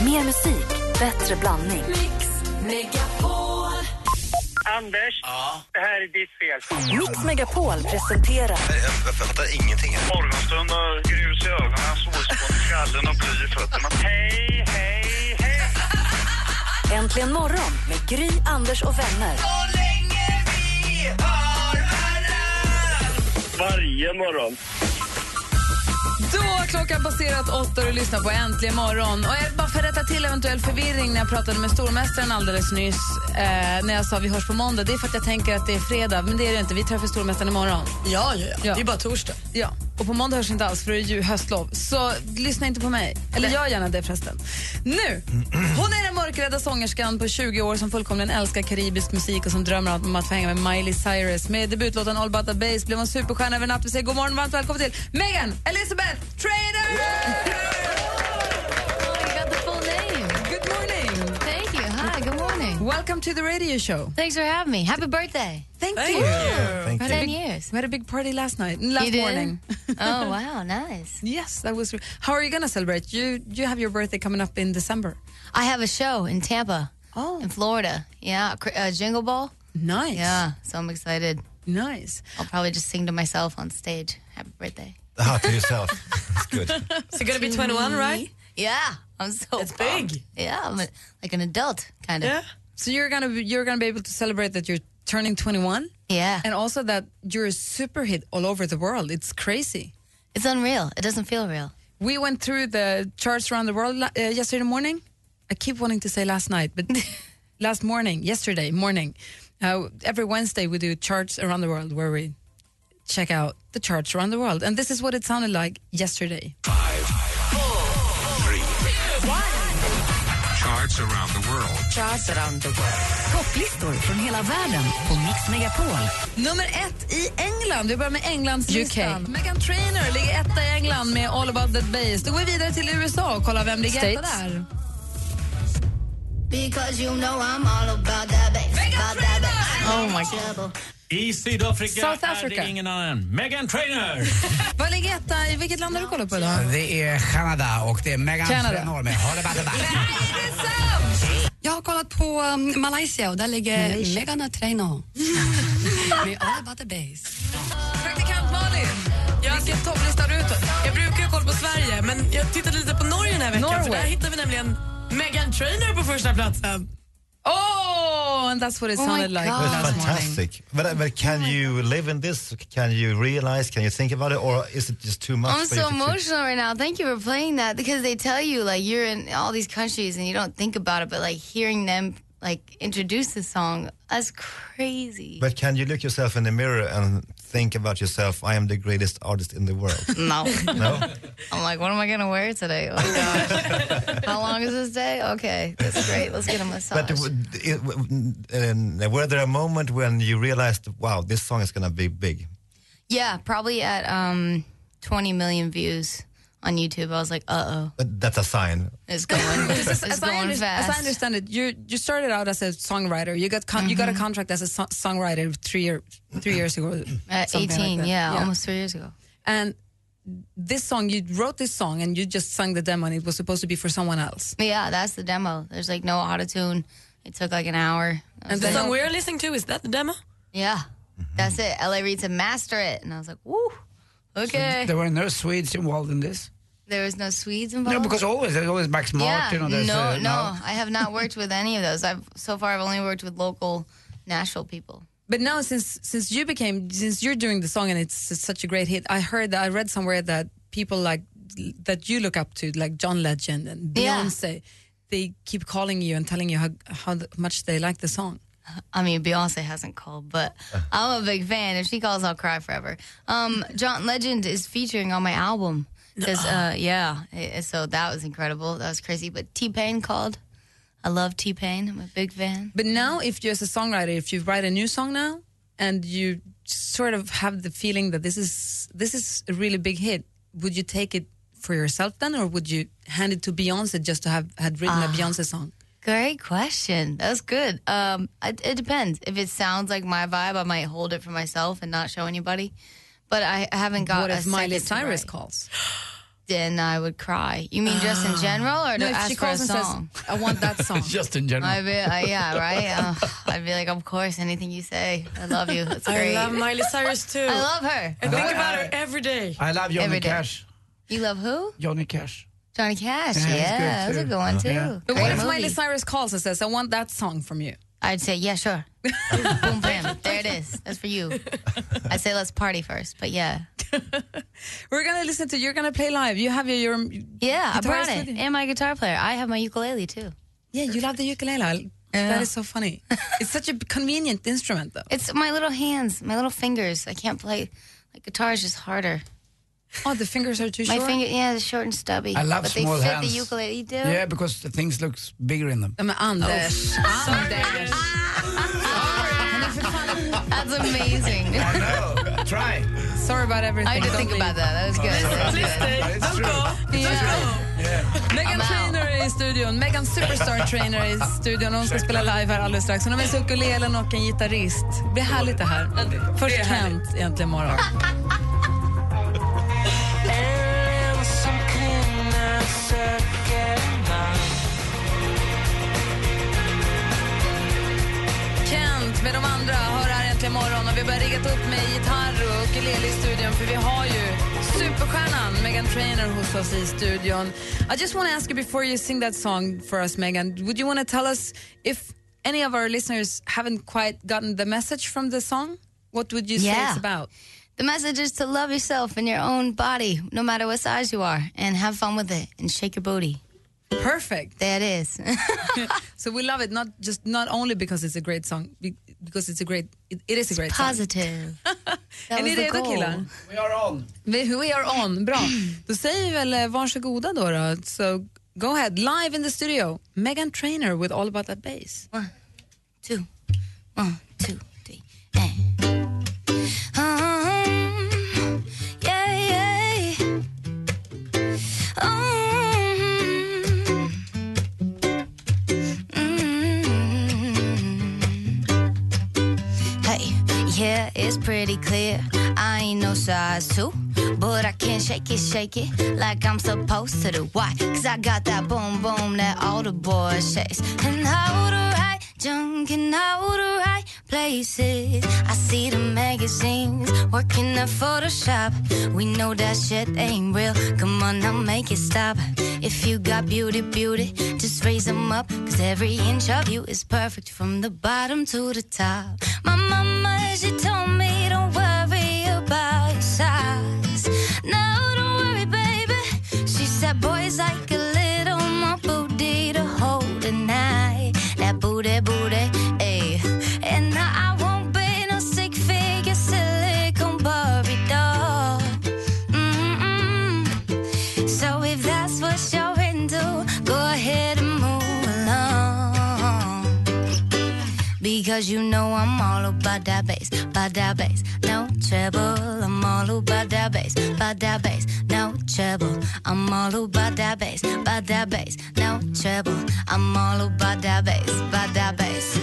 Mer musik, bättre blandning. Anders, det här är ditt fel. Mix Megapol presenterar Jag fattar ingenting. här. Morgonstund och grus i ögonen, solspån i skallen och bly i fötterna. Hej, hej, hej! Äntligen morgon med Gry, Anders och vänner. Varje morgon. Då har klockan passerat åtta och du lyssnar på Äntligen morgon. Och jag bara för att rätta till eventuell förvirring när jag pratade med stormästaren alldeles nyss. Eh, när jag sa vi hörs på måndag. Det är för att jag tänker att det är fredag, men det är det inte. Vi träffar stormästaren imorgon. Ja, ja, ja, Ja. det är bara torsdag. Oh, Ja, och på måndag hörs inte alls för det är ju höstlov. Så lyssna inte på mig. Eller gör gärna det förresten. Nu! Hon är den mörkrädda sångerskan på 20 år som fullkomligen älskar karibisk musik och som drömmer om att få hänga med Miley Cyrus. Med debutlåten All About The Bass blev hon superstjärna över en natt. Vi säger god morgon och varmt välkommen till Megan Elizabeth Trainer! Wonderful name. Good morning! Thank you. Hi, good morning. Welcome to the radio show. Thanks for having me. Happy birthday. Thank, Thank you. you. For Thank you. 10 years. We had a big party last night. Last You did? morning. Oh, wow. Nice. yes, that was... Re- How are you gonna celebrate? You, you have your birthday coming up in December. I have a show in Tampa, Oh, in Florida. Yeah, cr- uh, Jingle Ball. nice. Yeah, so I'm excited. Nice. I'll probably just sing to myself on stage. Happy birthday. Aha, to yourself. It's good. So you're gonna be 21 right? Yeah, I'm so That's pumped. big. Yeah, I'm a, like an adult, kind of. Yeah. So you're gonna be, you're gonna be able to celebrate that you're turning 21, Yeah. and also that you're a super hit all over the world. It's crazy. It's unreal. It doesn't feel real. We went through the charts around the world la- uh, yesterday morning. I keep wanting to say last night, but last morning, yesterday morning. Uh, every Wednesday we do charts around the world where we check out the charts around the world, and this is what it sounded like yesterday. charts around the world. Topplistor från hela världen på Mix Megapol. Nummer ett i England. Vi börjar med Englands listan. Meghan Trainor ligger etta i England med All about that bass. Då går vi vidare till USA och kollar vem ligger etta States. där. Because you know I'm all about that bass. About that bass. Oh, my Trouble. I Sydafrika South är Africa. det ingen annan. Megan Trainor! Vad ligger etta? I vilket land har du kollat på idag? Det är Kanada och det är Megan Kanada. Trainor med Har det varit där? Jag har kollat på um, Malaysia och där ligger Meghan Trainor. Med All About The Bass. Praktikant Malin, vilken topplista har du tagit? Jag brukar ju kolla på Sverige, men jag tittade lite på Norge den här veckan för Norway. där hittar vi nämligen Meghan Trainor på första platsen. Oh, and that's what it sounded like That's last morning. fantastic. But, but can you live in this? Can you realize? Can you think about it? Or is it just too much? I'm for you so to- emotional right now. Thank you for playing that because they tell you like you're in all these countries and you don't think about it, but like hearing them like introduce the song, that's crazy. But can you look yourself in the mirror and think about yourself? I am the greatest artist in the world. no, no, I'm like, what am I gonna wear today? Oh my gosh, how long is this day? Okay, that's great. Let's get a massage. but w- it, w- n- uh, were there a moment when you realized, wow, this song is going to be big? yeah, probably at um 20 million views on YouTube. I was like, uh oh, But that's a sign. it's going, it's, As I, going under- fast. as I understand it, you you started out as a songwriter. You got con- you got a contract as a so- songwriter three year, three years ago. at something 18, like that. yeah, almost three years ago. And this song, you wrote this song and you just sang the demo, and it was supposed to be for someone else. Yeah, that's the demo. There's like no auto tune. It took like an hour. I was And like, then- The song we're listening to, is that the demo? yeah, that's it. LA Reid said master it, and I was like, woo, okay. There were no Swedes involved in this? there was no Swedes involved. No, because always, there's always Max Martin. yeah, or there's, no, uh, no, I have not worked with any of those. I've so far I've only worked with local Nashville people. But now, since since you became since you're doing the song and it's, s- such a great hit, I heard that I read somewhere that people like that you look up to, like John Legend and Yeah. Beyonce, they keep calling you and telling you how how th- much they like the song. I mean, Beyonce hasn't called, but I'm a big fan. If she calls, I'll cry forever. Um, John Legend is featuring on my album. 'Cause, uh, yeah, eh, so that was incredible. That was crazy. But T Pain called. I love T Pain. I'm a big fan. But now, if you're as a songwriter, if you write a new song now and you sort of have the feeling that this is this is a really big hit, would you take it for yourself then, or would you hand it to Beyonce just to have had written Ah, a Beyonce song? Great question. That's good. Um, it, it depends. If it sounds like my vibe, I might hold it for myself and not show anybody. But I, I haven't got What a if Miley second to Cyrus write. calls? then I would cry. You mean just in general, or to No, if ask she for a calls and says, song? I want that Oh. song. Just in general. I'd be, uh, yeah, right. Uh, I'd be like, of course, anything you say. I love you. It's I great. love Miley Cyrus too. I love her. I think about her every day. I love Johnny Every day. Cash. You love who? Johnny Cash. Johnny Cash. Yeah, Yeah, he's that good was a too. Oh, good one too. Yeah. But Great what if Miley movie. Cyrus calls and says, I want that song from you? I'd say, yeah, sure. Boom, bam. There it is. That's for you. I'd say, let's party first. But yeah. We're gonna listen to, you're gonna play live. You have your, your Yeah, I brought Guitarist it. with you. And my guitar player. I have my ukulele too. yeah, you love the ukulele. That is so funny. It's such a convenient instrument though. It's my little hands, my little fingers. I can't play. Like guitar is just harder. Oh, the fingers are too My short. finger, yeah, they're short and stubby. I love but small they fit hands. the ukulele. You do? Yeah, because the things looks bigger in them. Ja, Men Oh, Anders, Anders. Hon är för fan- That's amazing. No, try. Sorry about everything. I had to Don't think leave. about that. That was good. That was good. It's true. Megan I'm out. Trainor är i studion. Megan Superstar Trainor är i studion. Hon ska spela live här alldeles strax. Hon har med sig ukulelen och en gitarrist. Det blir härligt det här. Först Kent, egentligen imorgon. Kent med de andra hör här äntligen morgon och vi börjar riggat upp med gitarr och ukulele i studion för vi har ju superstjärnan Megan Trainor hos oss i studion. I just want to ask you before you sing that song for us Megan, would you want to tell us if any of our listeners haven't quite gotten the message from the song? What would you say Yeah. it's about? The message is to love yourself and your own body, no matter what size you are, and have fun with it and shake your booty. Perfect. There it is. So we love it not just not only because it's a great song be- because it's a great it, it is a great song. Positive. That Är was ni the redo goal. killar? We are on. Vi, we are on, bra. Då säger vi väl eh, varsågoda då. då. So, go ahead, live in the studio. Megan Trainer with All About That Bass. two, one, two, three, and. Um, yeah, yeah. Um, mm. Hey, yeah, it's pretty clear. I ain't no size two, but I can shake it, shake it like I'm supposed to do. Why? Cause I got that boom, boom that all the boys chase. And how the right junk and how the right places. I see the magazines working the Photoshop. We know that shit ain't real. Come on, now make it stop. If you got beauty, beauty, just raise them up. Cause every inch of you is perfect from the bottom to the top. My mama, she told me, don't worry about your size. No, don't worry, baby. She said, boys like a little more booty to hold tonight. That booty, booty, ayy. And now I won't be no stick figure, silicone Barbie doll. Mm-mm. So if that's what you're into, go ahead and move along. Because you know I'm all about that bass, about that bass, no trouble. I'm all about that bass, about that bass, no trouble. I'm all about that bass, about that bass, no trouble. I'm all about that bass, about that bass.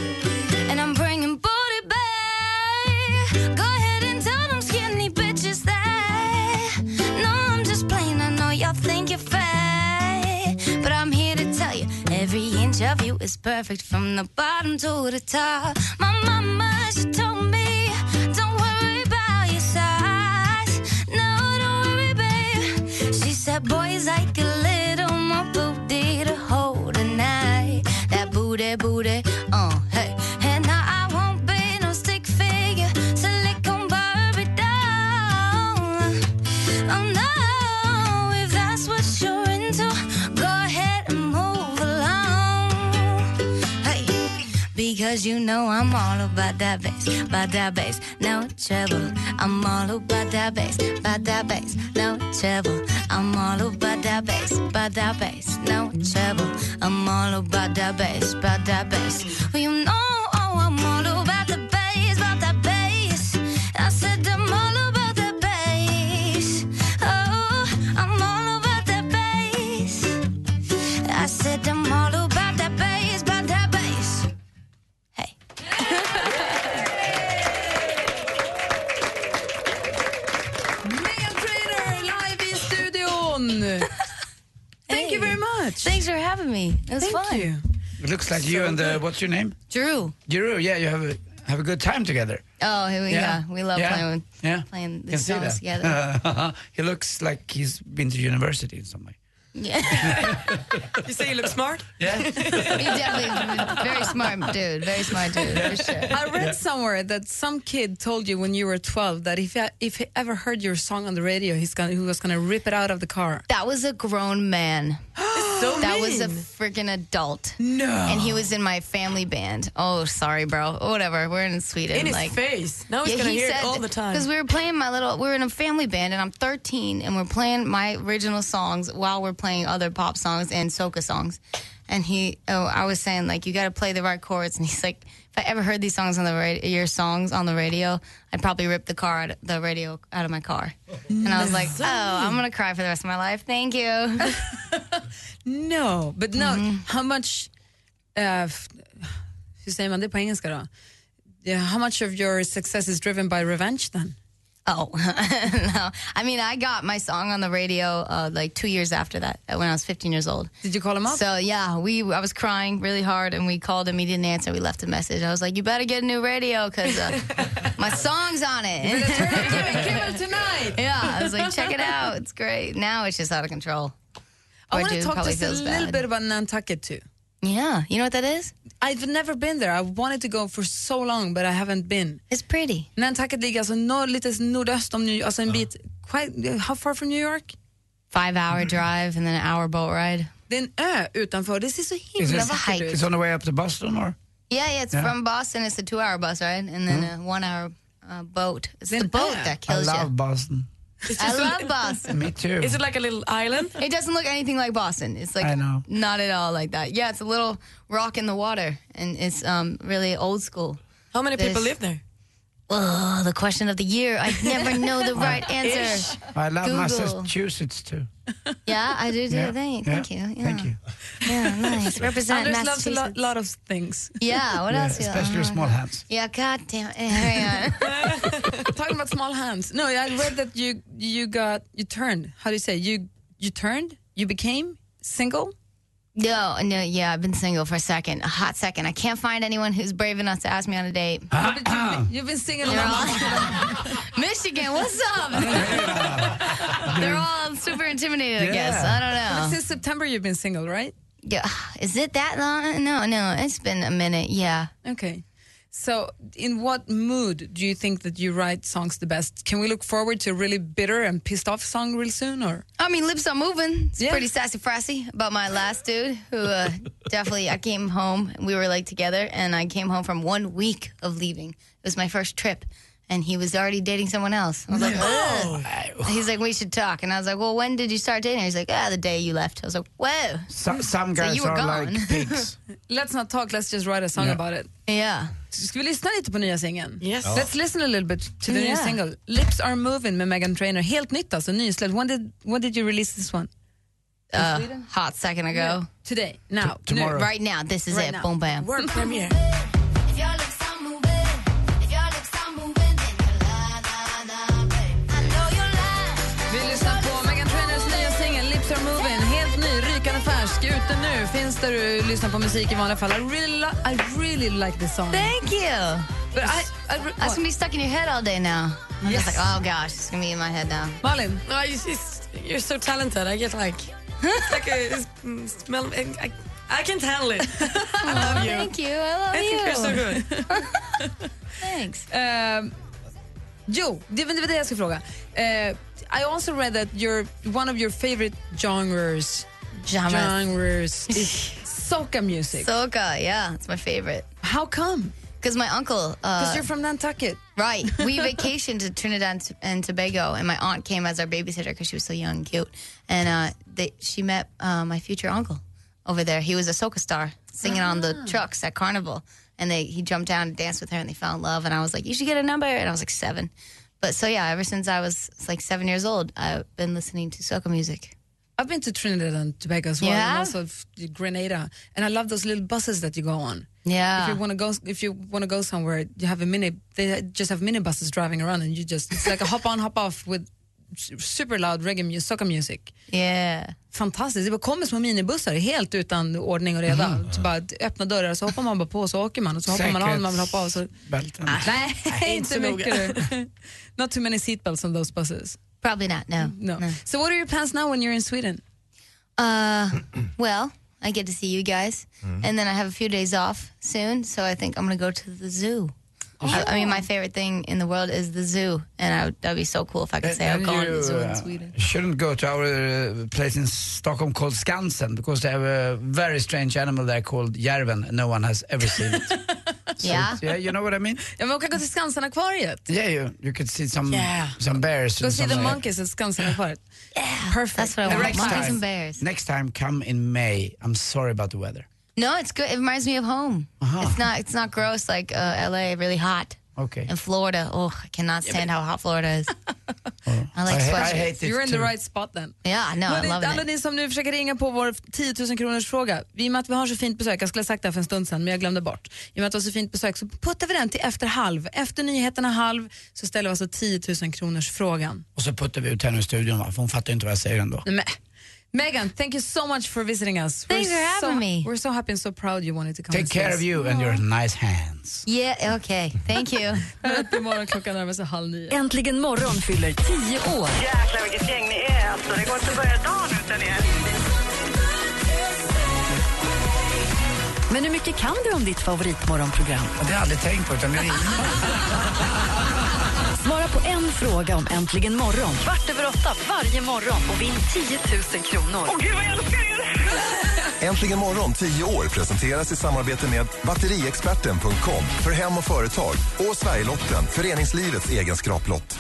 And I'm bringing booty back. Go ahead and tell them skinny bitches that. No, I'm just playing. I know y'all think you're fat. But I'm here to tell you every inch of you is perfect from the bottom to the top. My mama, she told me, don't worry about your size. No, don't worry, babe. She said, boys like a little more booty to hold tonight. That booty, booty, uh, hey. And now I won't be no stick figure, silicone Barbie doll. Oh no, if that's what you're into, go ahead and move along. Hey, because you know I'm all about that bass, about that bass, no trouble. I'm all about that bass, about that bass, no trouble. I'm all about that bass, about that bass, no trouble. I'm all about that bass, about that bass. Well, you know oh, I'm all about the bass, about that bass. I said I'm all about the bass. Oh, I'm all about the bass. I said I'm all about that bass, about that bass. Hey. Megan Trainer live i studion! having me. It was Thank fun. you. It looks like you and the, what's your name? Drew. Drew, yeah, you have a, have a good time together. Oh, yeah. yeah we love yeah, playing yeah. playing the Can see songs that. together. he looks like he's been to university in some way. yeah. You say you look smart? Yeah? He definitely very smart dude. Very smart dude for sure. I read somewhere that some kid told you when you were 12 that if he, if he ever heard your song on the radio, he's gonna, he was going to rip it out of the car. That was a grown man. So That mean. was a freaking adult. No. And he was in my family band. Oh, sorry, bro. Whatever. We're in Sweden. in his like, face. Now he's gonna hear it all the time. Because we were playing my little, we were in a family band, and I'm 13, and we're playing my original songs while we're playing other pop songs and soca songs. And he, oh, I was saying like, you got to play the right chords, and he's like, if I ever heard these songs on the radio, your songs on the radio, I'd probably rip the car, out, the radio out of my car. And I was like, oh, I'm gonna cry for the rest of my life. Thank you. No, but no, Mm-hmm. how much, eh, f- hur säger man det på engelska då? Yeah, how much of your success is driven by revenge then? Oh, no. I mean, I got my song on the radio uh, like two years after that, uh, when I was 15 years old. Did you call him up? So yeah, we I was crying really hard, and we called him. He didn't answer. We left a message. I was like, "You better get a new radio because uh, my song's on it." tonight. yeah, I was like, "Check it out. It's great." Now it's just out of control. I Poor want to dude talk probably just a feels little bad. bit about Nantucket too. Yeah, you know what that is? I've never been there. I wanted to go for so long but I haven't been. It's pretty. Nantucket ligger alltså norr, lite nordöst om New alltså en bit, quite, eh, how far from New York? Five hour drive and then an hour boat ride. Det är en ö utanför, det ser så Is himla it- vackert ut. It's on the way up to Boston or? Yeah, yeah. It's from Boston. It's a two hour bus ride, and then a one hour uh, boat. It's Then the boat ah, that I kills love you. Boston. I love Boston. Me too. Is it like a little island? It doesn't look anything like Boston. It's like I know. not at all like that. Yeah, it's a little rock in the water, and it's um, really old school. How many people There's- live there? Oh, the question of the year. I never know the right answer. I love Google. Massachusetts too. Yeah, I do. do Yeah, Thank, yeah, thank you. Yeah. Thank you. Yeah, nice. Represent Anders loves a lot, Massachusetts. lot of things. Yeah, what Yeah, else? you- especially your small hands. Yeah, goddamn. Hang on. Talking about small hands. No, I read that you you got you turned. How do you say you you turned? You became single. No, no, yeah, I've been single for a second, a hot second. I can't find anyone who's brave enough to ask me on a date. You've been single. They're long. all- Michigan, what's up? They're all super intimidated, I guess. I don't know. Since September, you've been single, right? Yeah, is it that long? No, no, it's been a minute. Yeah, Okay. So, in what mood do you think that you write songs the best? Can we look forward to a really bitter and pissed off song real soon? Or I mean, lips are moving. It's Yeah. pretty sassy frassy about my last dude who uh, definitely. I came home. We were like together, and I came home from one week of leaving. It was my first trip, and he was already dating someone else. I was like, oh. He's like, we should talk, and I was like, well, when did you start dating? He's like, ah, the day you left. I was like, whoa, So, some guys you were are gone. like pigs. let's not talk, let's just write a song Ja. about it. yeah. Ska vi lyssna lite på nya singeln? Yes. Ja. Let's listen a little bit to the new Yeah. single. Lips are moving med Megan Trainor. Helt nytt alltså, nysläppt. When did, when did you release this one? Uh, hot second ago. Today, now, tomorrow. nu. Right now, this is Right it. now. Boom, bam. World premiere. If your lips are moving, if your lips are moving, then you're lying, lying, lying, babe. I know you're lying. Vi lyssnar på Megan Trainors nya singel Lips Are Moving. Helt ny, rykande färsk, ute nu. Finns där du lyssnar på musik i vanliga fall. I really, li- I really like this song. Thank you. But I, I, re- That's gonna be stuck in your head all day now. I'm Yes. just like, oh gosh, it's gonna be in my head now. Malin, No, you, it's- Oh, you're so talented. I get like, it's like a it's, mm, smell. I, I can't handle it. I love you. Thank you, I love I you. think you're so good. Thanks. ehm, jo, det var det var det jag skulle fråga. Eh, I also read that your, one of your favorite genres, Genre. genres is soca music. Soca, yeah, it's my favorite. How come? Because my uncle, Because uh, you're from Nantucket. right, we vacationed to Trinidad and- and Tobago, and my aunt came as our babysitter because she was so young and cute. And uh, they, she met uh, my future uncle over there. He was a soca star singing on the trucks at Carnival. And they, he jumped down and danced with her, and they fell in love. And I was like, you should get a number. And I was like, seven. But so, yeah, ever since I was like seven years old, I've been listening to soca music. I've been to Trinidad and Tobago as well, Yeah? and also f- Grenada, and I love those little buses that you go on. Yeah. If you want to go, if you want to go somewhere, you have a mini. They just have minibuses driving around, and you just it's like a hop on, hop off with su- super loud reggae music, soca music. Yeah. Fantastiskt, det bara kommer små minibussar helt utan ordning och reda. Så bara öppna dörrar så hoppar man bara på så åker man och så hoppar man av när man vill hoppa av. Så... Bälten. Ah, Nej, inte så så mycket. du. Not too many seatbelts on those buses. Probably not. No. No. So what are your plans now when you're in Sweden? Uh, well, I get to see you guys, and then I have a few days off soon, so I think I'm gonna go to the zoo. I, I mean, my favorite thing in the world is the zoo, and I, would- that'd be so cool if I could say I'm going to the zoo in Sweden. uh, shouldn't go to our uh, place in Stockholm called Skansen because they have a very strange animal there called Järven and no one has ever seen it. Yeah. yeah, you know what I mean? Ja, men åka gå till Skansen-akvariet. Yeah, you, you could see some Yeah. some bears. Go and see the some- monkeys at Skansen-akvariet. Perfect. That's what I want. Monkeys and bears. Next time, come in May. I'm sorry about the weather. No, it's good. It reminds me of home. It's not. It's not gross like uh, L.A. Really hot. Okay. And Florida. Oh, I cannot stand how hot Florida is. I like Oh. I, I sweatshirts. hate it You're in the too. right spot then. Yeah, no, I Hörni, love alla it. ni som nu försöker ringa på vår 10 000 kronors fråga. I och med att vi har så fint besök, jag skulle ha sagt det här för en stund sedan men jag glömde bort. I och med att vi har så fint besök så puttar vi den till efter halv. Efter nyheterna halv så ställer vi alltså 10 000 kronors frågan. Och så puttar vi ut henne ur studion va? för hon fattar ju inte vad jag säger ändå. Nej, Mm. men- Megan, thank you so much for visiting us. Thanks We're for so, having me. We're so happy and so proud you wanted to come Take and see care us. of you and your nice hands. Yeah. Okay. Thank you. Här uppe imorgon klockan närmar sig halv nio. Äntligen morgon fyller 10 år. Jäklar vilket gäng ni är alltså. Det går inte att börja dagen utan er. Men hur mycket kan du om ditt favoritmorgonprogram? Det har jag aldrig tänkt på utan det är Svara på en fråga om Äntligen morgon. Kvart över åtta varje morgon och vinn 10 000 kronor. Åh gud vad jag älskar er! Äntligen morgon 10 år presenteras i samarbete med batteriexperten.com för hem och företag och Sverigelotten, föreningslivets egen skraplott.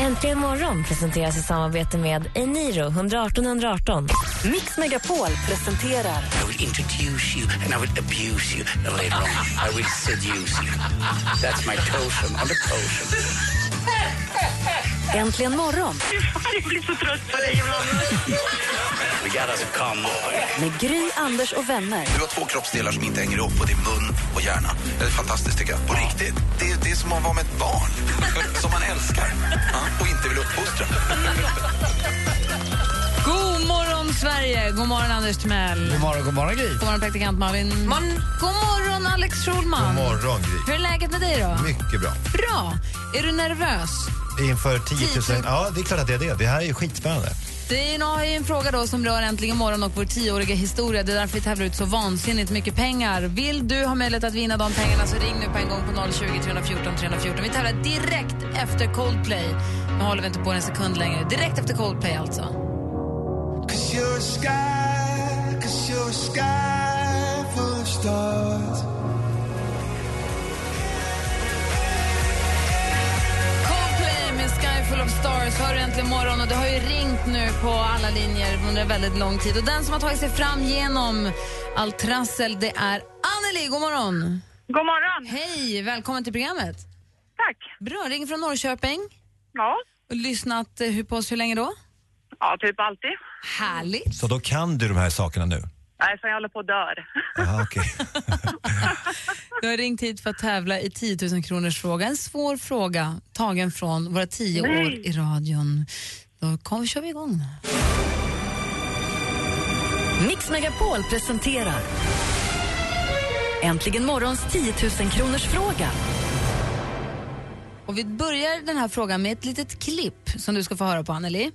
Äntligen morgon presenteras i samarbete med Eniro 118 118. Mix Megapol presenterar I will introduce you and I will abuse you. And later on, I will seduce you. That's my potion on the potion. Äntligen morgon Jag blir så trött på dig ibland. We got us come on. med Gry, Anders och vänner. Du har två kroppsdelar som inte hänger ihop och det är mun och hjärna. Det är fantastiskt tycker jag. På riktigt. Det är, det är som att vara med ett barn som man älskar ja, och inte vill uppfostra. God morgon Sverige, god morgon Anders Timell. God morgon, god morgon Gry. God morgon praktikant Malin. God morgon Alex Schulman. God morgon, Gry. Hur är läget med dig då? Mycket bra. Bra. Är du nervös? Inför 10 000... Ja, det är klart att det är det. Det här är ju skitspännande. Det är en, en fråga då som rör Äntligen morgon och vår tioåriga historia. Det är därför vi tävlar ut så vansinnigt mycket pengar. Vill du ha möjlighet att vinna de pengarna så ring nu på en gång på 020 314 314. Vi tävlar direkt efter Coldplay. Nu håller vi inte på en sekund längre. Direkt efter Coldplay alltså. Coldplay med Sky Full of Stars hör du äntligen morgon och det har ju ringt nu på alla linjer under en väldigt lång tid. Och den som har tagit sig fram genom allt trassel det är Anneli. God morgon! God morgon. Hej, välkommen till programmet. Tack. Bra, ring från Norrköping Ja. och lyssnat eh, hur- på oss hur länge då? Ja, typ alltid. Härligt! Så då kan du de här sakerna nu? Nej, för jag håller på att dö. Aha, okej. Du har ringt hit för att tävla i 10 000 kronors fråga. En svår fråga tagen från våra tio år i radion. Då kom, kör vi igång. Mix Megapol presenterar Äntligen morgons 10 000 kronors fråga. Och vi börjar den här frågan med ett litet klipp som du ska få höra på, Anneli.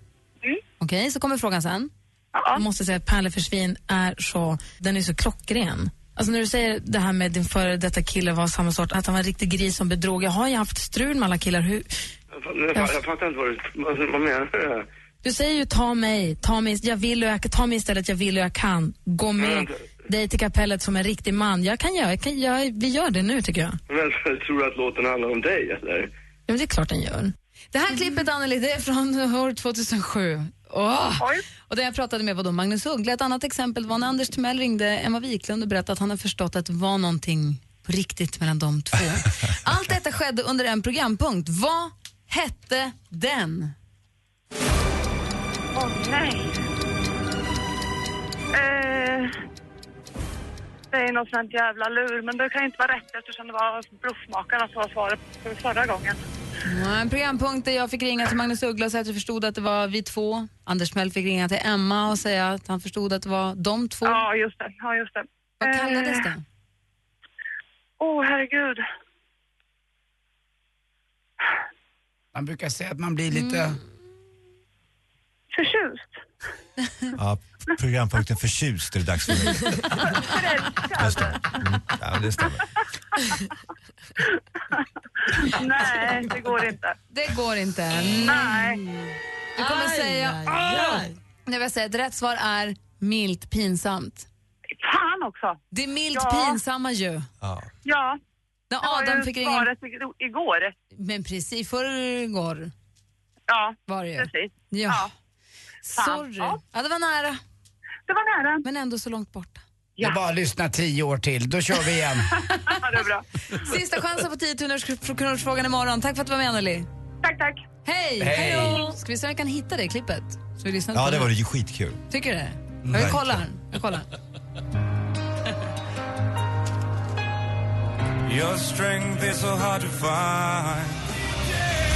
Okej, så kommer frågan sen. Ja. måste säga att Pärle för svin är så, den är så klockren. Alltså när du säger det här med din före detta kille var samma sort, att han var en riktig gris som bedrog. Jag har ju haft strul med alla killar. Hur? Jag fattar inte vad du... Vad menar du? Du säger ju ta mig, ta mig, jag vill och jag, ta mig istället, jag vill och jag kan. Gå med dig till kapellet som en riktig man. Jag kan göra, jag kan, jag, vi gör det nu tycker jag. Men tror du att låten handlar om dig eller? Ja, men det är klart den gör. Det här klippet, Mm. Anneli, det är från år 2007. Åh! Oj. Och det jag pratade med var då Magnus Uggla. Ett annat exempel var när Anders Timell ringde Emma Wiklund och berättade att han har förstått att det var någonting på riktigt mellan de två. Allt detta skedde under en programpunkt. Vad hette den? Åh nej. Eh, det är något sånt jävla lur, men det kan ju inte vara rätt eftersom det var bluffmakarna som var svaret för förra gången. Ja, en programpunkt där jag fick ringa till Magnus Uggla och säga att jag förstod att det var vi två. Anders Mell fick ringa till Emma och säga att han förstod att det var de två. Ja, just det. Ja, just det. Eh, Vad kallades det? Åh, oh, herregud. Man brukar säga att man Mm. blir lite... Förtjust. Ja, programpunkten Förtjust är det dags för nu. Just det. Mm, ja, det stämmer. Nej, det går inte. Det går inte. Nej. Du kommer Aj, säga... aj, aj. Jag vill säga att rätt svar är milt pinsamt. Fan också. Det är milt Ja. pinsamma ju. Ja. När Det var Adam ju fick ringa- svaret ig- igår. Men precis, förrgår Ja, var det ju. precis. Ja. Fan. Sorry. Ja. Ja, det var nära. Det var nära. Men ändå så långt borta. Det är bara att lyssna tio år till, då kör vi igen. Sista chansen på 10 000 kronorsfrågan imorgon. Tack för att du var med, Anneli. Tack, tack. Hej! Hej. Hej. Ska vi se om vi kan hitta det klippet? Så vi lyssnar Ja, på det var ju skitkul. Tycker du det? Mm. Jag kollar. Jag kollar. Your strength is so hard to find.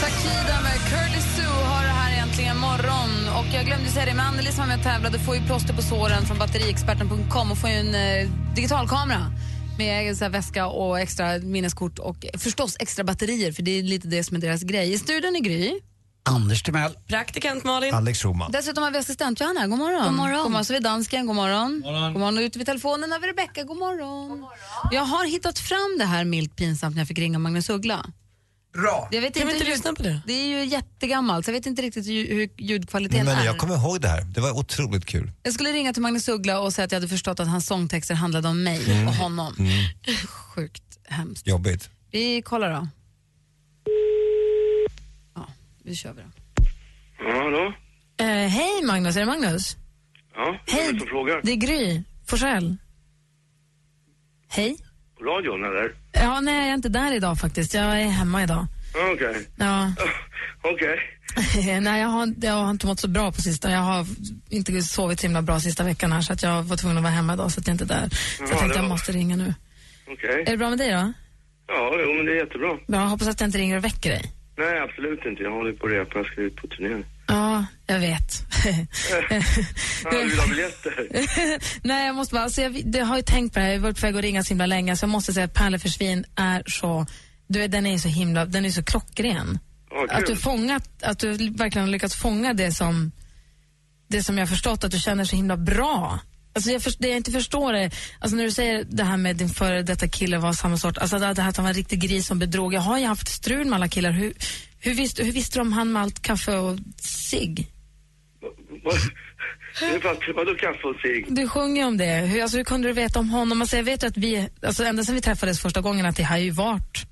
Takida med Curly Sue har det här egentligen morgon. Och jag glömde säga det, men Anneli som var med och tävlade får ju plåster på såren från batteriexperten.com och får ju en eh, digitalkamera med så här väska och extra minneskort och förstås extra batterier för det är lite det som är deras grej. I studion i Gry. Anders Timell. Praktikant Malin. Alex Schulman. Dessutom har vi assistent Johanna, god morgon. God morgon. God morgon så vi dansken, god morgon. God morgon. God morgon. Och ute vid telefonen har vi Rebecka, god morgon. god morgon. Jag har hittat fram det här milt pinsamt när jag fick ringa Magnus Uggla. Bra. Jag vet Kan vi inte hur- lyssna på det? Det är ju jättegammalt, så jag vet inte riktigt ju- hur ljudkvaliteten Men, men är. jag Jag, kommer ihåg det här. Det var otroligt kul. skulle ringa till Magnus Uggla och säga att jag hade förstått att hans sångtexter handlade om mig Mm. och honom. Mm. Sjukt hemskt. Jobbigt. Vi kollar då. Ja, vi kör vi då. Ja, hallå? Eh, Hej Magnus, är det Magnus? Ja, Hej. vem som frågar? Det är Gry Forssell. Hej. På radion eller? Ja, nej jag är inte där idag faktiskt. Jag är hemma idag. Ja, Okej. Ja. Okej. Nej, jag har, jag har inte mått så bra på sistone. Jag har inte sovit så himla bra sista veckan här så att jag var tvungen att vara hemma idag så att jag inte är där. Så Ja, jag tänkte det jag var- måste ringa nu. Okej. Är det bra med dig då? Ja, jo, men det är jättebra. Bra, jag hoppas att jag inte ringer och väcker dig. Nej, absolut inte. Jag håller på att repa. Jag ska ut på turné. Ja, jag vet. Ja, du vill ha biljetter? Nej, jag måste bara, alltså jag, jag har ju tänkt på det här, jag har varit på väg att ringa så himla länge så jag måste säga att Pärle för svin är så, du vet, den är ju så himla, den är så klockren. Ja, att, du kul. fångat, att du verkligen har lyckats fånga det som, det som jag har förstått att du känner så himla bra. Alltså jag, för, det jag inte förstår är, alltså när du säger det här med din före detta kille var samma sort, alltså det det här att han var en riktig gris som bedrog. Jag har ju haft strul med alla killar. Hur, hur, visste, hur visste du om han med allt kaffe och cigg? Vad- Nu fattar jag. Vadå kaffe och cigg? Du sjunger ju om det. Hur, alltså, hur kunde du veta om honom? Alltså, jag vet ju att vi, alltså, ända sedan vi träffades första gången att det har ju varit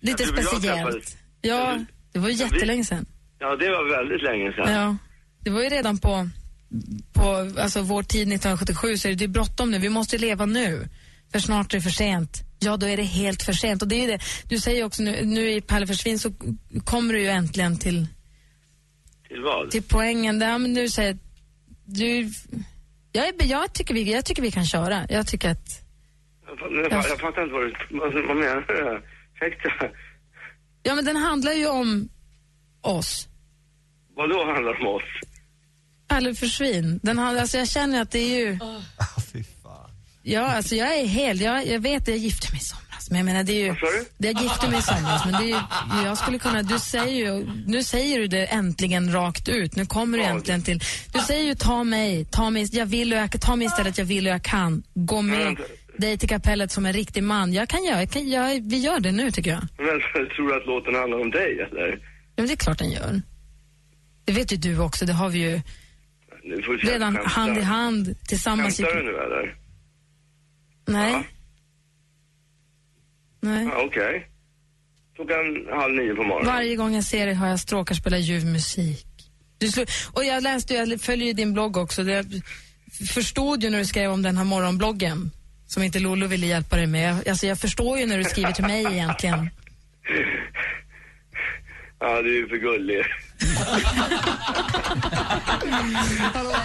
lite Ja, du och jag speciellt. träffades. Ja, det var ju Ja, vi- jättelänge sedan. Ja, det var väldigt länge sedan. Ja. Det var ju redan på, på alltså, vår tid 1977 så är det, det är bråttom nu. Vi måste ju leva nu. För snart är det för sent. Ja, då är det helt för sent. Och det är ju det. Du säger ju också nu, nu i Pelle försvinn så kommer du ju äntligen till, Till vad? till poängen. Där, men du säger, du, jag, är, jag, tycker vi, jag tycker vi kan köra. Jag tycker att Jag, fa- jag, fa- jag fattar inte vad du... Vad, vad menar du? Ursäkta. Ja, men den handlar ju om oss. Vadå handlar om oss? Palle för svin. Den handlar, alltså jag känner att det är ju... Ah, Ja, alltså jag är hel. Jag, jag vet att jag gifte mig i somras, men jag menar det är ju... Vad sa du? Det jag gifte mig i somras, men det är ju, jag skulle kunna... Du säger ju... Nu säger du det äntligen rakt ut. Nu kommer du äntligen till... Du säger ju ta mig, ta mig, jag vill och jag kan, ta mig istället, jag vill och jag kan. Gå med dig till kapellet som en riktig man. Jag kan göra, jag kan, jag, vi gör det nu tycker jag. Men, tror du att låten handlar om dig eller? Ja, men det är klart den gör. Det vet ju du också, det har vi ju Nu får du säga- redan skämtar. hand i hand tillsammans. Skämtar du nu eller? Nej. Nej. Ja, Okej. Klockan halv nio på morgonen. Varje gång jag ser dig har jag stråkar spela ljuv musik. Du slår, och jag läste, ju- jag följer ju din blogg också. Det, jag förstod ju när du skrev om den här morgonbloggen som inte Lolo ville hjälpa dig med. Jag- Alltså jag förstår ju när du skriver till mig egentligen. Ja, du är ju för gullig.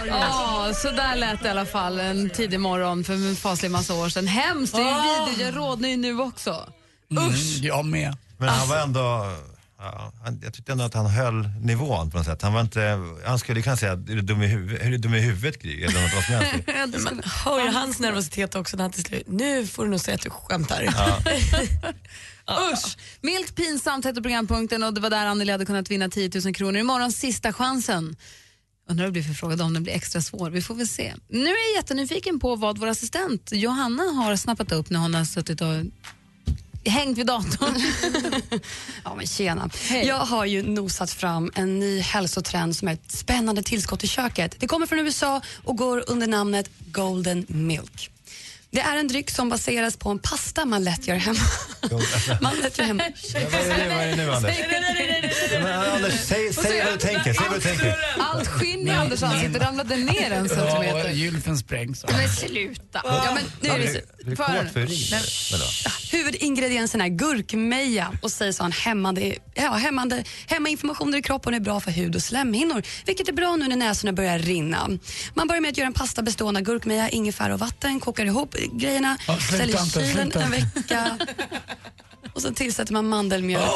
Ja, så där lät det i alla fall en tidig morgon för en faslig massa år sedan. Hemskt, det är ju Åh. vidrigt. Jag rodnar ju nu också. Usch. Mm, Jag med. Men han Alltså- var ändå... Ja, han, jag tyckte ändå att han höll nivån på något sätt. Han var inte... Han skulle kunna säga, är du dum i huvudet, är du dum i huvudet Gry? Eller något vad som helst. Man hör ju hans nervositet också när han till slut, nu får du nog säga att du skämtar. Ja. Usch! Milt pinsamt hette programpunkten och det var där Anneli hade kunnat vinna 10 000 kronor. Imorgon sista chansen. Undrar vad det blir för fråga då, om den blir extra svår. Vi får väl se. Nu är jag jättenyfiken på vad vår assistent Johanna har snappat upp när hon har suttit och hängt vid datorn. Ja, men tjena. Jag har ju nosat fram en ny hälsotrend som är ett spännande tillskott i köket. Det kommer från USA och går under namnet Golden Milk. Det är en dryck som baseras på en pasta man lätt gör hemma. Man lätt gör hemma. Vad är det, vad är det nu Anders? Ja, men, Anders, säg, säg vad du tänker. Säg vad du tänker. Allt skinn i Anders ansikte ramlade ner en centimeter. Ja, gylfen sprängs. Men sluta. Ja, men nu är det så. Du är kåt för ris. Eller vad? Huvudingrediensen är gurkmeja och sägs ha en hämmande, ja, hämmande, hämmande informationer i kroppen och är bra för hud och slemhinnor, vilket är bra nu när näsorna börjar rinna. Man börjar med att göra en pasta bestående av gurkmeja, ingefära och vatten, kokar ihop grejerna, Ja, sluta, ställer i Anton, kylen sluta. en vecka och sen tillsätter man mandelmjölk.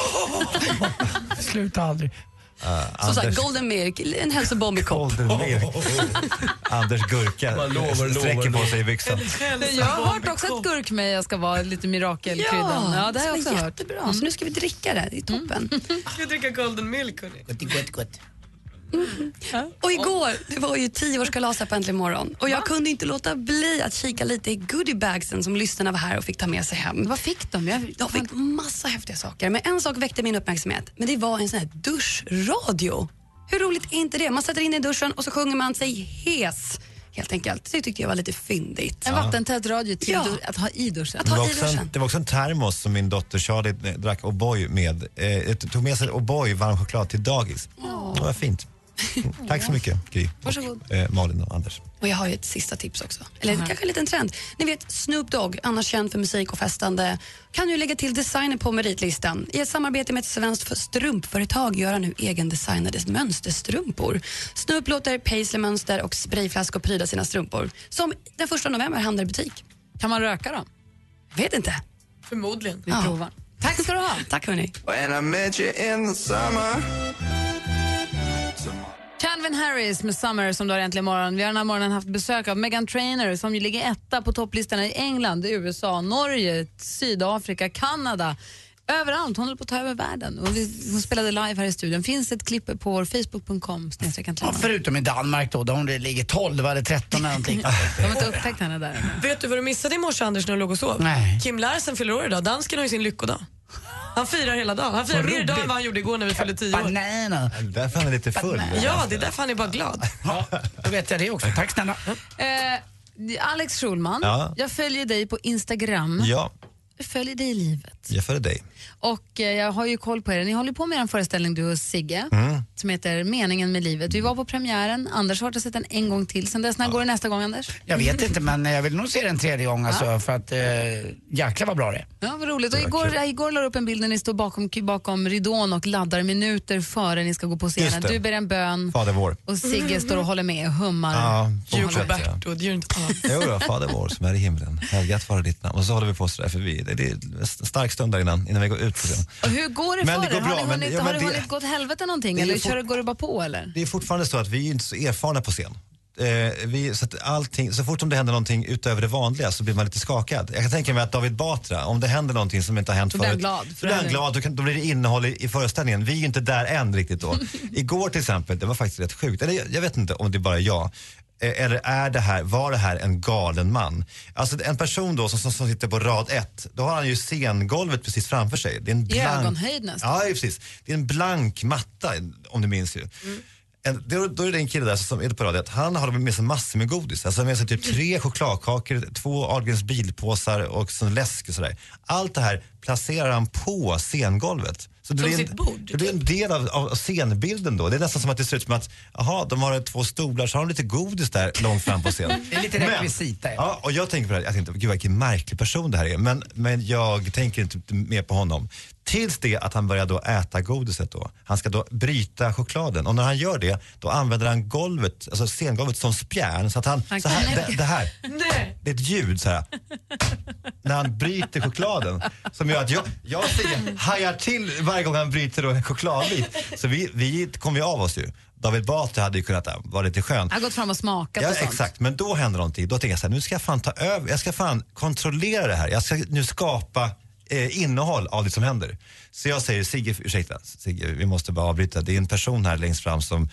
Sluta aldrig. Uh, Som sagt, golden milk, en hälsobomb i kopp. Anders Gurka Man lovar, lovar, sträcker på sig i byxan. Jag har hört också att gurkmeja ska vara lite mirakelkryddan. Ja, det har jag som är också hört. jättebra. Mm. Så nu ska vi dricka det, det är toppen. Ska vi dricka golden milk hörni? Gott, gott. Och igår, det var ju tioårskalas här på Äntligen morgon och jag kunde inte låta bli att kika lite i goodiebagsen som lyssnarna var här och fick ta med sig hem. Vad fick de? Jag... De fick massa häftiga saker, men en sak väckte min uppmärksamhet. Men det var en sån här duschradio. Hur roligt är inte det? Man sätter in i duschen och så sjunger man sig hes, helt enkelt. Det tyckte jag var lite fyndigt. En vattentät radio till Ja. dur- att ha i duschen. Det var, också en, det var också en termos som min dotter Charlie drack O'boy med. Eh, tog med sig O'boy varm choklad till dagis. Det var fint. Mm. Tack så mycket, Gry. Varsågod. Eh, Malin och Anders. Och jag har ju ett sista tips också. Eller kanske en liten trend. Ni vet Snoop Dogg, annars känd för musik och festande, kan ju lägga till designer på meritlistan. I ett samarbete med ett svenskt för- strumpföretag gör han nu egendesignade mönsterstrumpor. Snoop låter paisley-mönster och sprayflaskor pryda sina strumpor som den 1 november hamnar i butik. Kan man röka dem? Vet inte. Förmodligen. Vi provar. Tack ska du ha. Tack hörni. When I met you in the summer Calvin Harris med Summer som du har äntligen morgon. Vi har den här morgonen haft besök av Meghan Trainor som ju ligger etta på topplistorna i England, USA, Norge, Sydafrika, Kanada. Överallt. Hon håller på att ta över världen. Och vi, hon spelade live här i studion. finns ett klipp på vår facebook.com. snedstreck äntligen Ja, morgon. förutom i Danmark då, där hon ligger 12 eller 13 eller någonting. De har inte upptäckt henne där ännu. Vet du vad du missade i morse Anders när du låg och sov? Nej. Kim Larsen fyller år idag. Dansken har ju sin lyckodag. Han firar hela dagen. Han firar Vad mer idag roligt. än vad han gjorde igår när vi fyllde tio år. Banana. Därför han är lite full. Ja, det är därför han är bara glad. Ja, då vet jag det också. Tack snälla. Eh, Alex Schulman, Ja. jag följer dig på Instagram. Ja, Jag följer dig i livet. jag följer dig. Och eh, jag har ju koll på er. Ni håller på med en föreställning du och Sigge Mm. som heter Meningen med livet. Vi var på premiären. Anders har varit och sett den en gång till. Sen dess, när går det nästa gång Anders? Jag vet inte men jag vill nog se den tredje gång alltså, för att eh, jäklar vad bra det är. Ja, vad roligt. Och igår, igår la du upp en bild när ni står bakom, bakom ridån och laddar minuter före ni ska gå på Just scenen. det. Du ber en bön Fader vår. och Sigge står och håller med och hummar. Ja, fortsätt, ja. Gilberto, det gör inte alls. Jo då, Fader vår som är i himlen, helgat vare ditt namn. Och så håller vi på sådär, för vi, det det är en stark stund där innan, innan vi går ut på scenen. Och hur går det Men för er? det går Har bra, ni men- hunnit, ja, har men det det- hunnit gå åt helvete någonting det är eller ju fort- kör, går det bara på eller? Det är fortfarande så att vi är ju inte så erfarna på scen. Eh, vi, så, att allting, så fort som det händer någonting utöver det vanliga så blir man lite skakad. Jag kan tänka mig att David Batra, om det händer någonting som inte har hänt Då blir han förut. glad. Då blir han glad, då, kan, då blir det innehåll i, i föreställningen. Vi är ju inte där än riktigt då. Igår till exempel, det var faktiskt rätt sjukt. Eller jag, jag vet inte om det är bara jag. Eh, Eller är det här, var det här en galen man? Alltså en person då som, som, som sitter på rad ett, då har han ju scengolvet precis framför sig. Det är en I blank, ögonhöjd nästan. Ja, precis. Det är en blank matta, om du minns ju. Mm. En, då, då är det en kille där som är på radiet, han har med sig massor med godis. Alltså med sig typ Mm. tre chokladkakor, två Ahlgrens bilpåsar och sån läsk och sådär. Allt det här placerar han på scengolvet. Så det blir Som en- sitt bord, Det blir en del av, av scenbilden då. Det är nästan som att det ser ut som att, aha, de har två stolar så har de lite godis där långt fram på scen. Det är lite Men- rekvisita. ja. Ja, och jag tänker på det här, jag tänkte, gud vilken märklig person det här är. Men, men jag tänker inte mer på honom. Tills det att han börjar då äta godiset då. Han ska då bryta chokladen och när han gör det då använder han golvet, alltså scengolvet som spjärn så att han, Han så här, knäcker. det, det här, Nej. det är ett ljud så här. när han bryter chokladen. Som gör att jag, jag ser- hajar till varje gång han bryter då en chokladbit. Så vi, vi kom ju av oss ju. David Batra hade ju kunnat äh, vara lite skön. Jag har gått fram och smakat Ja, och sånt. exakt, men då händer någonting. Då tänker jag så här, nu ska jag fan ta över, jag ska fan kontrollera det här. Jag ska nu skapa eh, innehåll av det som händer. Så jag säger, Sigge, ursäkta, Sigge, vi måste bara avbryta. Det är en person här längst fram som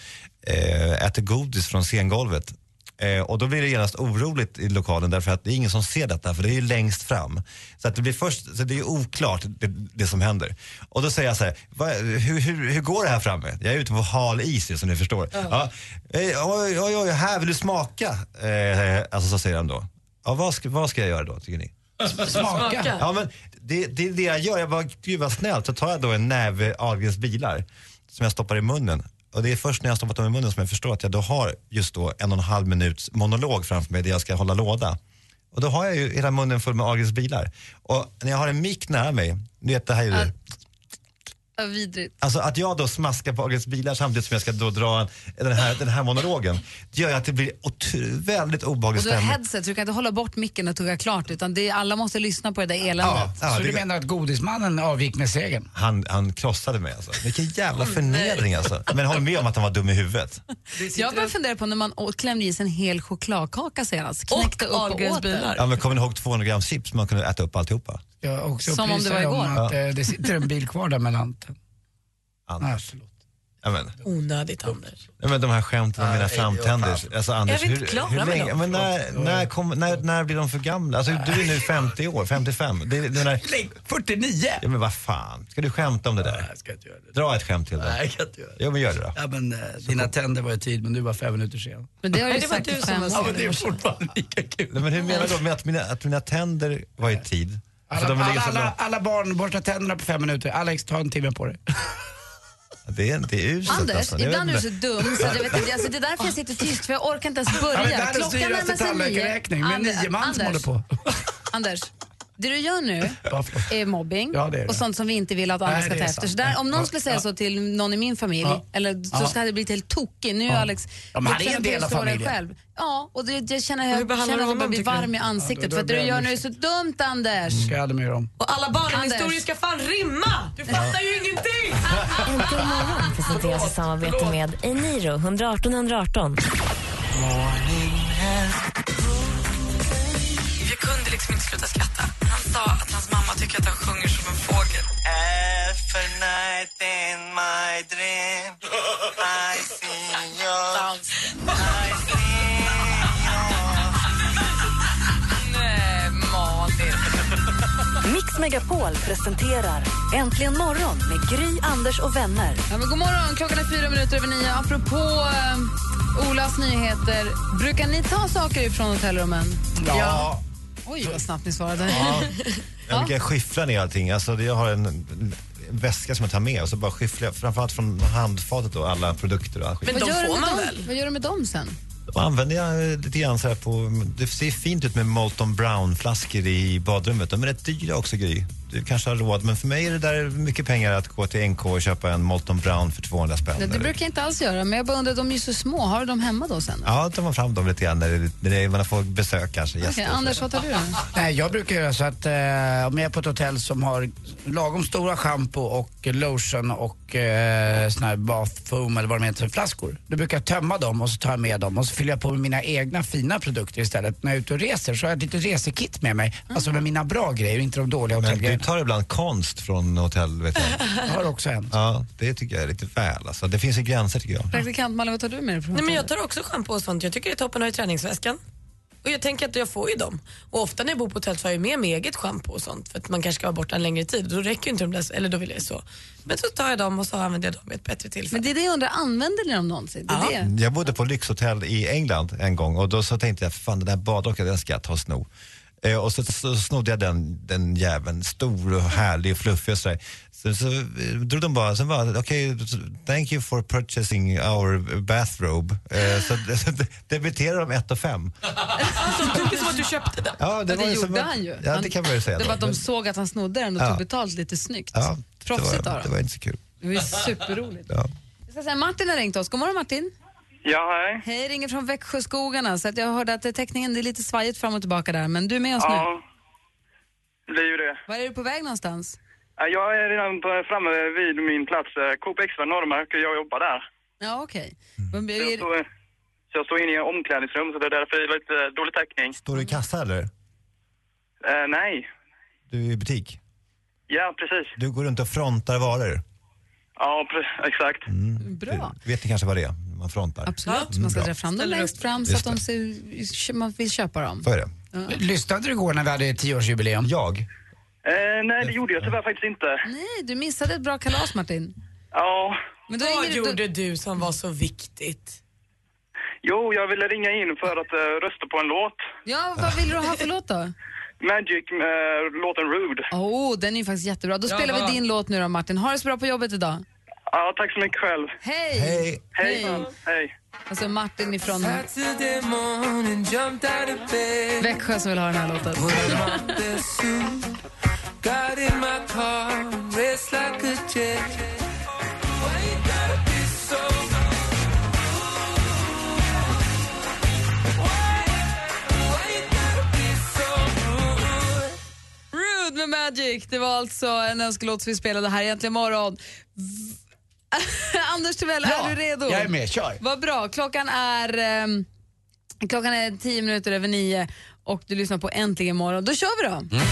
eh, äter godis från scengolvet. Eh, och då blir det genast oroligt i lokalen därför att det är ingen som ser detta för det är ju längst fram. Så att det blir först, så det är oklart det, det som händer. Och då säger jag så här, "Va, hur, hur, hur går det här framme? Jag är ute på hal is ju, som ni förstår. Ja. Eh, oj, oj, oj, här, vill du smaka? Eh, alltså så säger han då. Ja, vad, ska, vad ska jag göra då tycker ni? Smaka. Ja, men det, det är det jag gör. Jag bara, gud vad snällt. Så tar jag då en näve Ahlgrens bilar som jag stoppar i munnen. Och det är först när jag har stoppat dem i munnen som jag förstår att jag då har just då en och en halv minuts monolog framför mig där jag ska hålla låda. Och då har jag ju hela munnen full med Ahlgrens bilar. Och när jag har en mick nära mig, ni vet det här ljudet. Ja, vidrigt. Alltså att jag då smaskar på Ahlgrens bilar samtidigt som jag ska då dra en, den, här, den här monologen. Det gör ju att det blir otro- väldigt obehaglig Och du har stämning. headset så du kan inte hålla bort micken och tugga klart utan det är, alla måste lyssna på det där eländet. ja, Så det- du menar att godismannen avgick med segern? Han, han krossade mig alltså. Vilken jävla förnedring alltså. Men håll med om att han var dum i huvudet. Jag börjar fundera på när man å- klämde i sig en hel chokladkaka senast. Knäckte upp och Ahlgrens åt den. Ja, men kommer ni ihåg 200 gram chips man kunde äta upp alltihopa? Jag också Som om upplyser det var om igår. Att, eh, det sitter en bil kvar där mellan. Anders. Ja, men, Onödigt, Anders. ja, men de här skämten om mina idiot, framtänder. Alltså Anders, Är vi inte hur, klara hur med länge, dem? ja, men när, när, kom, när, när blir de för gamla? Alltså, du är nu 50 år, 55. Det, är- det är när, 49! ja, men vad fan, ska du skämta om det där? Nej, jag ska inte göra det. Dra ett skämt till då. Nej, jag kan inte göra det. Jo, men gör det då. Ja, men, eh, dina tänder var i tid, men du var fem minuter sen. Men det har du Nej, ju var sagt du i som fem var år. sen. Ja, men alltså, det är fortfarande lika kul. Men hur menar du med att mina, att mina tänder var i tid? Alltså, Alla, de ligger alla, så alla, bra. alla barn borstar tänderna på fem minuter. Alex, ta en timme på dig. Det är, det är uselt Anders, alltså. Jag ibland är vet du inte. så dum så att jag vet inte, alltså, det är därför jag sitter tyst för jag orkar inte ens Ja, men börja. världens dyraste tandläkarräkning med Ander- nio man som håller Anders, på. Anders, det du gör nu är mobbing Ja, det är det. och sånt som vi inte vill att andra Nej, ska det ta är efter. sant. Så där, om någon Ja, skulle säga ja. så till någon i min familj Ja. eller, så Ja. skulle det blivit helt tokig. Nu är Ja. Alex Ja, men han är vuxen en och del av påstår det familjen. Ja, och det, jag känner, jag, Hur behandlar känner du att jag honom, börjar bli tycker du? varm i Ja, då- ansiktet då för att det du blir gör jag nu är så dumt Anders. Ska jag aldrig mer om. Och alla barnhistorier Anders. ska fan rimma! Du fattar ju ingenting! Äntligen morgon presenteras i alltså samarbete med Eniro 118 118. Jag kunde liksom inte sluta skratta. Han sa att hans mamma tycker att han sjunger som en fågel. Every night in my dream I see you I see Nej, Malin. Mix Megapol presenterar Äntligen morgon med Gry, Anders och vänner. Ja, men god morgon, klockan är fyra minuter över nio. Apropå eh, Olas nyheter, brukar ni ta saker ifrån hotellrummen? Ja. Oj, vad snabbt ni svarade. Ja. Jag brukar skyffla ner allting. Alltså, det- jag har en, en väska som jag tar med och så bara skyfflar jag framförallt från handfatet och alla produkter och all skit. vad gör du med dem? Vad gör du med dem sen? Då använder jag eh, lite grann så här på, det ser fint ut med Molton Brown-flaskor i badrummet. De är rätt dyra också Gry. Du kanske har råd, men för mig är det där mycket pengar att gå till NK och köpa en Molton Brown för 200 spänn. Nej, det eller- brukar jag inte alls göra, men jag bara undrar, de är ju så små. Har du dem hemma då sen? Ja, tar man fram dem lite grann när, det, när det, man får besök kanske. Okej, gäster och så. Anders, vad tar du då? Nej, jag brukar göra så att eh, om jag är på ett hotell som har lagom stora shampoo och lotion och eh, sån här bath foam eller vad de heter, flaskor. Då brukar jag tömma dem och så tar jag med dem och så fyller jag på med mina egna fina produkter istället. När jag är ute och reser så har jag ett litet resekit med mig. Alltså med mina bra grejer, inte de dåliga Men du hotellgrejerna. tar ibland konst från hotell, vet jag. Jag har också en. Ja, det tycker jag är lite väl. Alltså, det finns ju gränser tycker jag. Praktikant Malin, vad tar du med dig? från Nej, men jag hotellet? tar också schampo och sånt. Jag tycker det är toppen att ha i träningsväskan. Och jag tänker att jag får ju dem. Och ofta när jag bor på hotell så har jag med mig eget schampo och sånt för att man kanske ska vara borta en längre tid. Då räcker ju inte de där, eller då vill jag ju så. Men så tar jag dem och så använder jag dem vid ett bättre Men tillfälle. det är det jag undrar, använder ni dem någonsin? Det är det. Jag bodde på lyxhotell i England en gång och då så tänkte jag, fan den där badrocken den ska jag ta och sno. Eh, och så, så snodde jag den, den jäveln, stor och härlig och fluffig och sådär. Sen så eh, drog de bara, sen bara, okej, thank you for purchasing our bathrobe. Eh, så, så debiterar de 1 och 5. Det är som att du köpte den. Ja, Det, var det ju som gjorde att- han ju. Ja, Han- det kan man ju säga. Det då. var att de såg att han snodde den och Ja. tog betalt lite snyggt. Ja, Proffsigt det av var, det dem. var inte så kul. Det var ju superroligt. Jag ska säga, Martin har ringt oss. God morgon Martin. Ja, hej. Hej, ringer från Växjöskogarna. Så att jag hörde att eh, teckningen det är lite svajigt fram och tillbaka där, men du är med oss nu. Ja. Det är ju det. Var är du på väg någonstans? Ja, Jag är redan på- framme vid min plats, eh, Coop Extra Norrmark, och jag jobbar där. Ja, okej. Mm. Men Så jag är- står, så jag står inne i ett omklädningsrum, så det är därför det är lite eh, dålig täckning. Står du i kassa eller? Eh, nej. Du är i butik. Ja, precis. Du går runt och frontar varor. Ja, pre- exakt. Bra. Vet ni kanske vad det är? Man frontar. Absolut, Mm, man ska bra. dra fram dem längst fram så Just att de ser, man vill köpa dem. Så är det. Lyssnade du igår när vi hade tioårsjubileum? Jag? Eh, nej, det gjorde jag tyvärr faktiskt inte. Nej, du missade ett bra kalas Martin. Ja. Men då Vad ringer du- gjorde du som var så viktigt? Jo, jag ville ringa in för att eh, rösta på en låt. Ja, vad vill du ha för låt då? Magic, eh, låten Rude. Åh, oh, den är ju faktiskt jättebra. Då Ja, spelar va. vi din låt nu då Martin. Ha det så bra på jobbet idag. Ja, tack så mycket själv. Hej! Hej! Hej. Hej! Hej. Alltså Martin ifrån Saturday morning, jumped out of bed. Växjö som vill ha den här låten. Put on my best suit, got in my car, and raced like a jet. Why you gotta be so rude? Why, why you gotta be so rude? Rude med Magic, det var alltså en önskelåt som vi spelade här egentligen imorgon. V- Anders Tivell, Ja, är du redo? jag är med. Kör. Vad bra, klockan är, ehm, klockan är tio minuter över nio och du lyssnar på Äntligen morgon. Då kör vi då! Mm.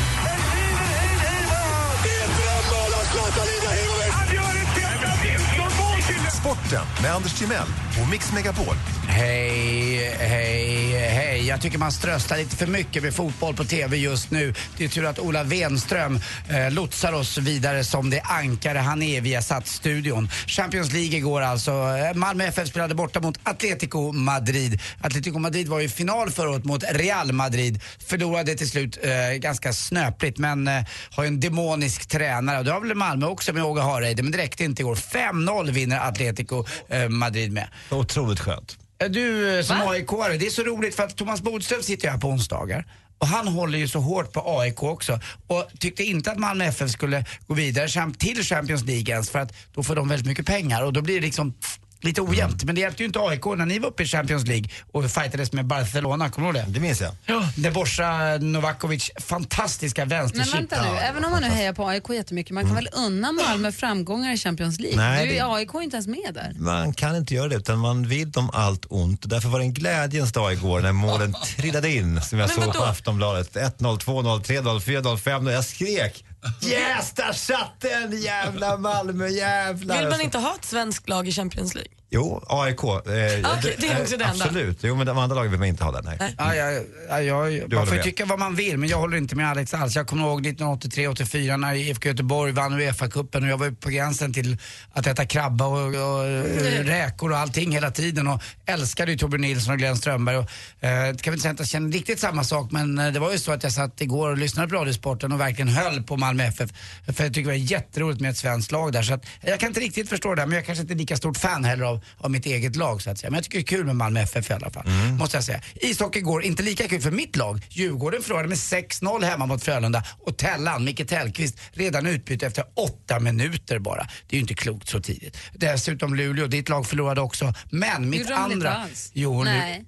Sporten med Anders Timell och Mix Megapol. Hej, hej, hej. Jag tycker man ströstar lite för mycket med fotboll på TV just nu. Det är tur att Ola Wenström eh, lotsar oss vidare som det ankare han är via Sat-studion. Champions League igår alltså. Eh, Malmö FF spelade borta mot Atletico Madrid. Atletico Madrid var i final förra året mot Real Madrid. Förlorade till slut eh, ganska snöpligt men eh, har ju en demonisk tränare. Och Det har väl Malmö också med Åge Hareide men det räckte inte igår. 5-0 vinner Atletico eh, Madrid med. Otroligt skönt. Du eh, som AIK-are, det är så roligt för att Thomas Bodström sitter ju här på onsdagar. Och han håller ju så hårt på AIK också. Och tyckte inte att Malmö FF skulle gå vidare cham- till Champions League ens för att då får de väldigt mycket pengar och då blir det liksom lite ojämnt. Men det hjälpte ju inte AIK när ni var uppe i Champions League och fightades med Barcelona, kommer du ihåg det? Det minns jag. Ja, det Borsa Novakovic fantastiska Men vänsterchip. vänta nu, även om man nu hejar på AIK jättemycket, man kan väl unna Malmö framgångar i Champions League? Nej, du det- är AIK inte ens med där. Man kan inte göra det utan man vill dem allt ont. Därför var det en glädjens dag igår när målen trillade in som jag Men såg vadå? på Aftonbladet. 1-0, 2-0, 3-0, 4-0, 5-0. Jag skrek Yes, där satt den! Jävla Malmö, jävlar! Vill man inte ha ett svenskt lag i Champions League? Jo, AIK. Eh, det är också det enda. Absolut. Jo, men de andra lagen vill man inte ha där. Nej. Ja, jag, ja, jag, man håller får ju med. tycka vad man vill, men jag håller inte med Alex alls. Jag kommer ihåg 1983-84 när IFK Göteborg vann Uefa-cupen och jag var ju på gränsen till att äta krabba och, och eh, räkor och allting hela tiden och älskade ju Torbjörn Nilsson och Glenn Strömberg. Och, eh, det kan väl inte säga att jag känner riktigt samma sak, men eh, det var ju så att jag satt igår och lyssnade på Radiosporten och verkligen höll på Malmö FF. För jag tycker det var jätteroligt med ett svenskt lag där. Så att, jag kan inte riktigt förstå det där, men jag kanske inte är lika stort fan heller av, av mitt eget lag så att säga. Men jag tycker det är kul med Malmö FF i alla fall, måste jag säga. Ishockey går inte lika kul för mitt lag. Djurgården förlorade med 6-0 hemma mot Frölunda och Tellan, Micke Tellqvist, redan utbytt efter åtta minuter bara. Det är ju inte klokt så tidigt. Dessutom Luleå, ditt lag förlorade också. Men mitt Gjorde de inte andra... alls? Jo, nu- Nej.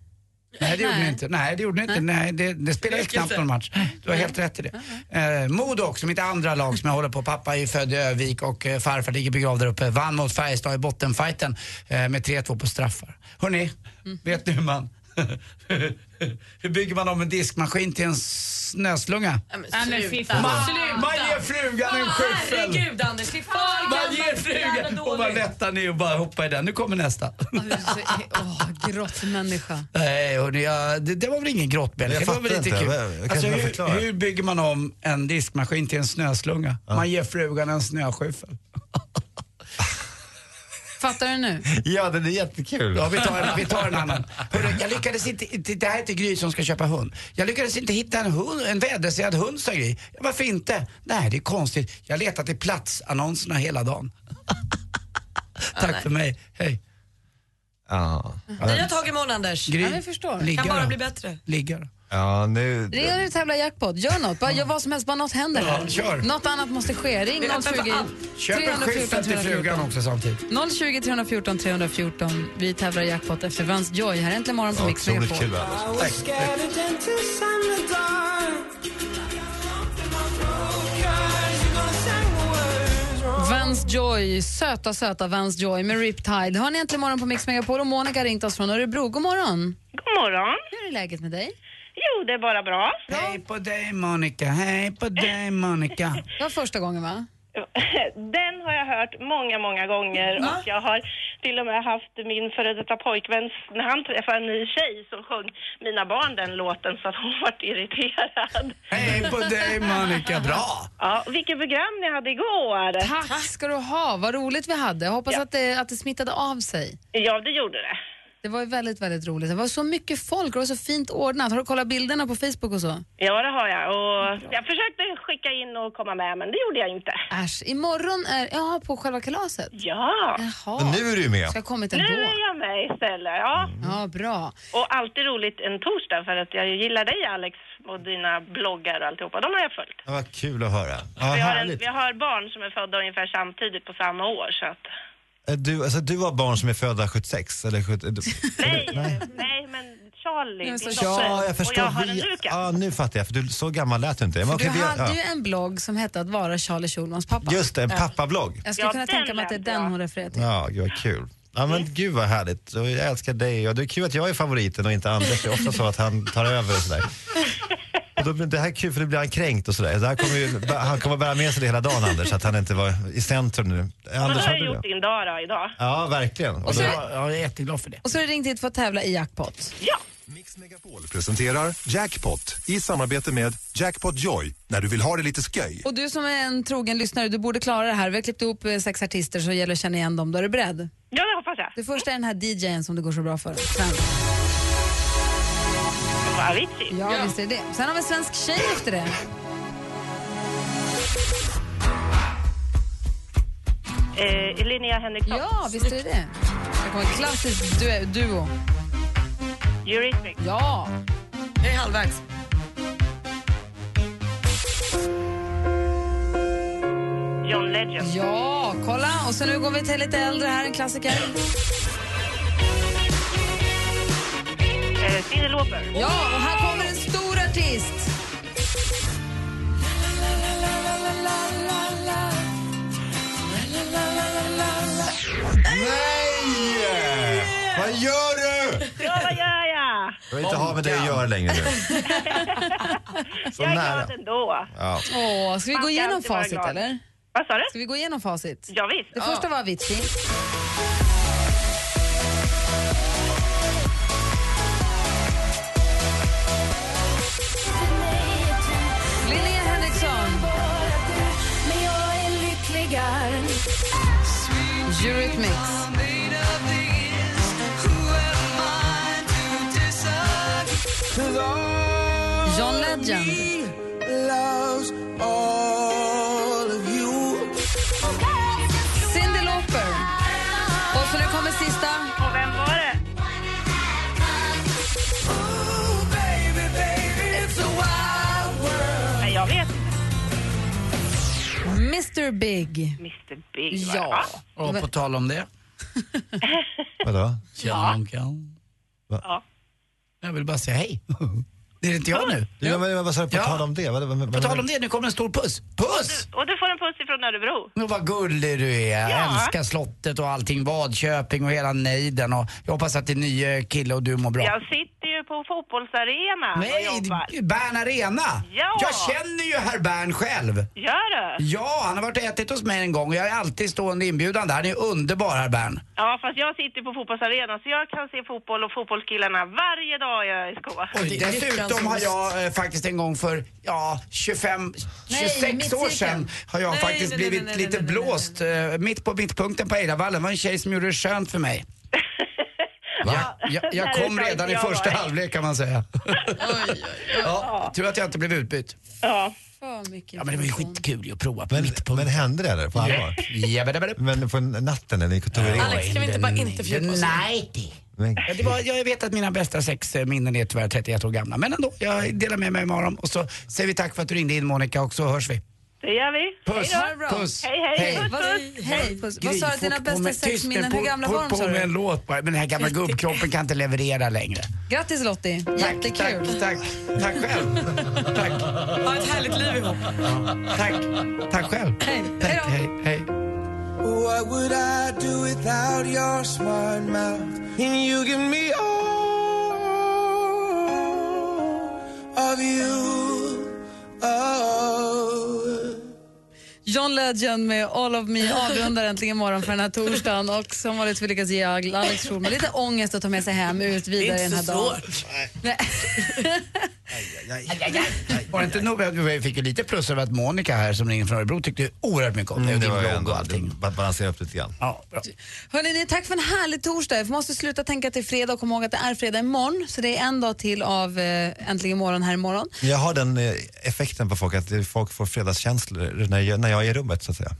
Nej, det gjorde Nej. ni inte. Nej, det gjorde ni inte. Nej. Nej, det, det spelade knappt någon match. Du har helt rätt i det. Eh, Modo också, mitt andra lag som jag håller på. Pappa är ju född i Övik och eh, farfar ligger begravd där uppe. Vann mot Färjestad i bottenfighten eh, med 3-2 på straffar. Hörrni, Mhm. vet ni hur man... hur bygger man om en diskmaskin till en snöslunga? Nej, men sluta. Man, Sluta. man ger frugan en Åh, skyffel! Herregud Anders, fy fan Man ger gammal, så jävla frugan och man dålig. lättar ner och bara hoppar i den. Nu kommer nästa. Åh, grått människa. Nej, hörni, jag, det, det var väl ingen grottbälg. Jag Det var väl fattar lite inte. kul. Jag kan Alltså, inte hur, förklara. hur bygger man om en diskmaskin till en snöslunga? Man ger frugan en snöskyffel. Fattar du nu? Ja, den är jättekul. Ja, vi tar, en- vi tar en annan. Hörru, jag lyckades inte, inte- det här är till Gry som ska köpa hund. Jag lyckades inte hitta en, hund, en vädersead hund, sa Gry. Ja, Varför inte? Nej, det är konstigt. Jag letat i platsannonserna hela dagen. Tack för mig. Hej. Ja. Nya tag imorgon Anders. Gry, Kan ligga bara då. bli bättre. Ligga då. Ja, nu... Ring och tävla jackpot, gör något. Bara, gör vad som helst, bara något händer här. Ja, kör. Något annat måste ske. Ring Vi väntar på 020 allt. Köp en 314 skyffel till 314. frugan också samtidigt. 020 314 314. Vi tävlar jackpot efter Vans Joy här äntligen morgon på Ja, Mix otroligt alltså. Megapol. kul, Anders. I was scared of dentists and the dark. Joy, söta söta Vans Joy med Riptide. Har ni äntligen morgon på Mix Megapol och Monica har ringt oss från Örebro. God morgon! God morgon! Hur är läget med dig? Jo, det är bara bra. Hej på dig Monica, hej på dig Monica. Det var första gången va? Den har jag hört många, många gånger och jag har till och med haft min före detta pojkväns, när han träffade en ny tjej som sjöng mina barn den låten så att hon vart irriterad. Hej på dig Monica, bra! Ja, vilket program ni hade igår! Tack ska du ha, vad roligt vi hade. Jag hoppas att, det, att det smittade av sig. Ja, det gjorde det. Det var ju väldigt, väldigt roligt. Det var så mycket folk och det var så fint ordnat. Har du kollat bilderna på Facebook och så? Ja, det har jag och jag försökte skicka in och komma med men det gjorde jag inte. Äsch, imorgon är... Jaha, på själva kalaset? Ja! Jaha. Men nu är du ju med. Så jag har kommit ändå. Nu är jag med istället, ja. Ja, bra. Och alltid roligt en torsdag för att jag gillar dig Alex och dina bloggar och alltihopa. De har jag följt. Ja, vad kul att höra. Ja, vi, har en, härligt. vi har barn som är födda ungefär samtidigt på samma år så att... Eh, Du, alltså, du har barn som är födda 76 eller 70, du- Nej, nej men Charlie, din dotter. Ja, jag förstår. Och jag har en Vi- Lukas. Ja, nu fattar jag. För du, så gammal lät du inte. Men För okej, du vi- hade ja. ju en blogg som hette att vara Charlie Schulmans pappa. Just det, en Ja. pappablogg. Jag skulle Ja, kunna den tänka mig att det är den hon refererar till. Ja, gud vad kul. Ja, men gud vad härligt. Och jag älskar dig och det är kul att jag är favoriten och inte Anders. Det är ofta så att han tar över och sådär. Och då, blir- det här är kul för då blir han kränkt och sådär. Det här kommer ju, han kommer bära med sig det hela dagen Anders, att han inte var i centrum nu. Vad Anders, har har jag du gjort det? din dag då, idag? Ja, verkligen. Och så- då- Jag är jätteglad för det. Och så har du ringt hit för att tävla i jackpot. Ja! Presenterar Jackpot i samarbete med Jackpot Joy när du vill ha det lite sköj. Och du som är en trogen lyssnare, du borde klara det här. Vi har klippt ihop eh, sex artister så det gäller att känna igen dem. Då är du beredd? Ja, det hoppas jag. Det första är den här DJn som det går så bra för. Svensk. Avicii. Ja, visst är det det. Sen har vi en svensk tjej efter det. Eh, Linnea Henriksson. Ja, visst är det det. Det kommer en klassisk du duo. Eurythmics. Ja! Jag är halvvägs. John Legend. Ja, kolla. Och så nu går vi till lite äldre här, en klassiker. Eh, Cyndi Lauper. Ja, och här kommer en stor artist. Nej! Vad gör du? Ja, vad gör jag? Jag vill inte ha med dig att göra längre nu. Så jag är nära. glad ändå. Ja. Åh, ska vi Man gå ska igenom alltid vara facit glad. eller? Vad sa du? Ska vi gå igenom facit? Ja, visst. Det första var Avicii. Linnea Henriksson. Eurythmics. John Legend. Cyndi Lauper. Och så nu kommer sista. Och vem var det? Nej, jag vet inte. Mr Big. Mr Big, va? Ja. Och på tal om det. Vadå? Tjena, ja. Jag vill bara säga hej. Det är inte jag nu. Ja, men, vad sa du på Ja. tal om det? Vad, vad, vad, På tal om det, nu kommer en stor puss. Puss! Och du får en puss ifrån Örebro. Men vad gullig du är. Jag Ja. älskar slottet och allting. Vadköping och hela nejden. Och jag hoppas att din nya kille och du mår bra. Jag sitter ju på fotbollsarenan Nej, och jobbar. det är Bern Arena! Ja. Jag känner ju herr Bern själv. Gör du? Ja, han har varit och ätit hos mig en gång och jag är alltid stående inbjudan där. Han är underbar herr Bern. Ja, fast jag sitter på fotbollsarenan så jag kan se fotboll och fotbollskillarna varje dag i ÖSK. Och dessutom har jag eh, faktiskt en gång för, ja, 25, 26 mitt år cirkeln. sedan har jag Nej, nej, faktiskt nej, blivit nej, nej, lite blåst eh, mitt på mittpunkten på Eidavallen. Det var en tjej som gjorde det skönt för mig. Ja, jag, jag Där kom är redan i jag första var. halvlek kan man säga. Ja, tur att jag inte blev utbytt. Ja. För mycket. Ja, men det var ju skitkul ju att prova på mittpunkten. Men hände det eller? På allvar? Men på natten eller? Tog det in? Alex, kan vi inte bara intervjua oss? Nej. Men, Ja, det var, jag vet att mina bästa sex eh, minnen är tyvärr 31 år gamla, men ändå. Jag delar med mig av dem. Och så säger vi tack för att du ringde in Monica och så hörs vi. Det gör vi. Puss. Hej då. Puss. Hej, hej. Hej. Puss, Vad, puss. hej, puss. Vad sa du Gry, att dina fort på bästa med- tyst nu, sexminnen, fort- hur gamla fort var de på sa med en du? låt bara. Men den här gamla gubbkroppen kan inte leverera längre. Grattis Lottie, jättekul. Tack, tack, tack själv. Tack, Ha ett härligt liv ihop. tack, tack själv. Hej. Tack, Hej då. hej, hej. What would I do without your smart mouth? And you give me all of you. Oh. John Legend med All of me avrundar äntligen morgon för den här torsdagen. Och som vanligt vill lyckas ge Alex Schulman lite ångest att ta med sig hem ut vidare Det är den inte här så dagen. Nej. Var det inte nog vi fick ju lite plus över att Monica här som ringer från Örebro tyckte oerhört mycket om dig och Mm, det din var ju blogg ändå och allting. Balansera upp lite grann. Ja, bra. Hörrni, ni, tack för en härlig torsdag. Vi måste sluta tänka att det är fredag och komma ihåg att det är fredag imorgon. Så det är en dag till av eh, Äntligen morgon här imorgon. Jag har den eh, effekten på folk att eh, folk får fredagskänslor när jag, när jag är i rummet så att säga.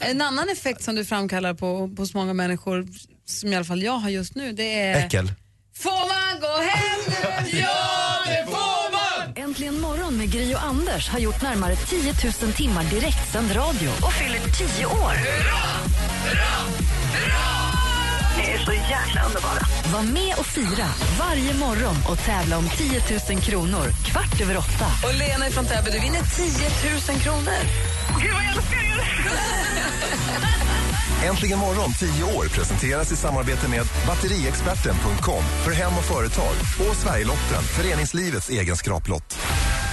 En annan effekt som du framkallar på, på så många människor, som i alla fall jag har just nu, det Eh. är... Äckel. Får man gå hem nu? Ja, det får man! Äntligen morgon med Gry och Anders har gjort närmare 10 000 timmar direktsänd radio och fyller 10 år. Ni är så jäkla underbara. Var med och fira varje morgon och tävla om 10 000 kronor kvart över åtta. Och Lena från Täby, du vinner 10 000 kronor. Gud vad jag älskar er! Äntligen morgon 10 år presenteras i samarbete med batteriexperten.com för hem och företag och Sverigelotten, föreningslivets egen skraplott.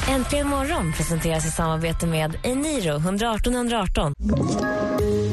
Äntligen morgon presenteras i samarbete med Eniro 118 118.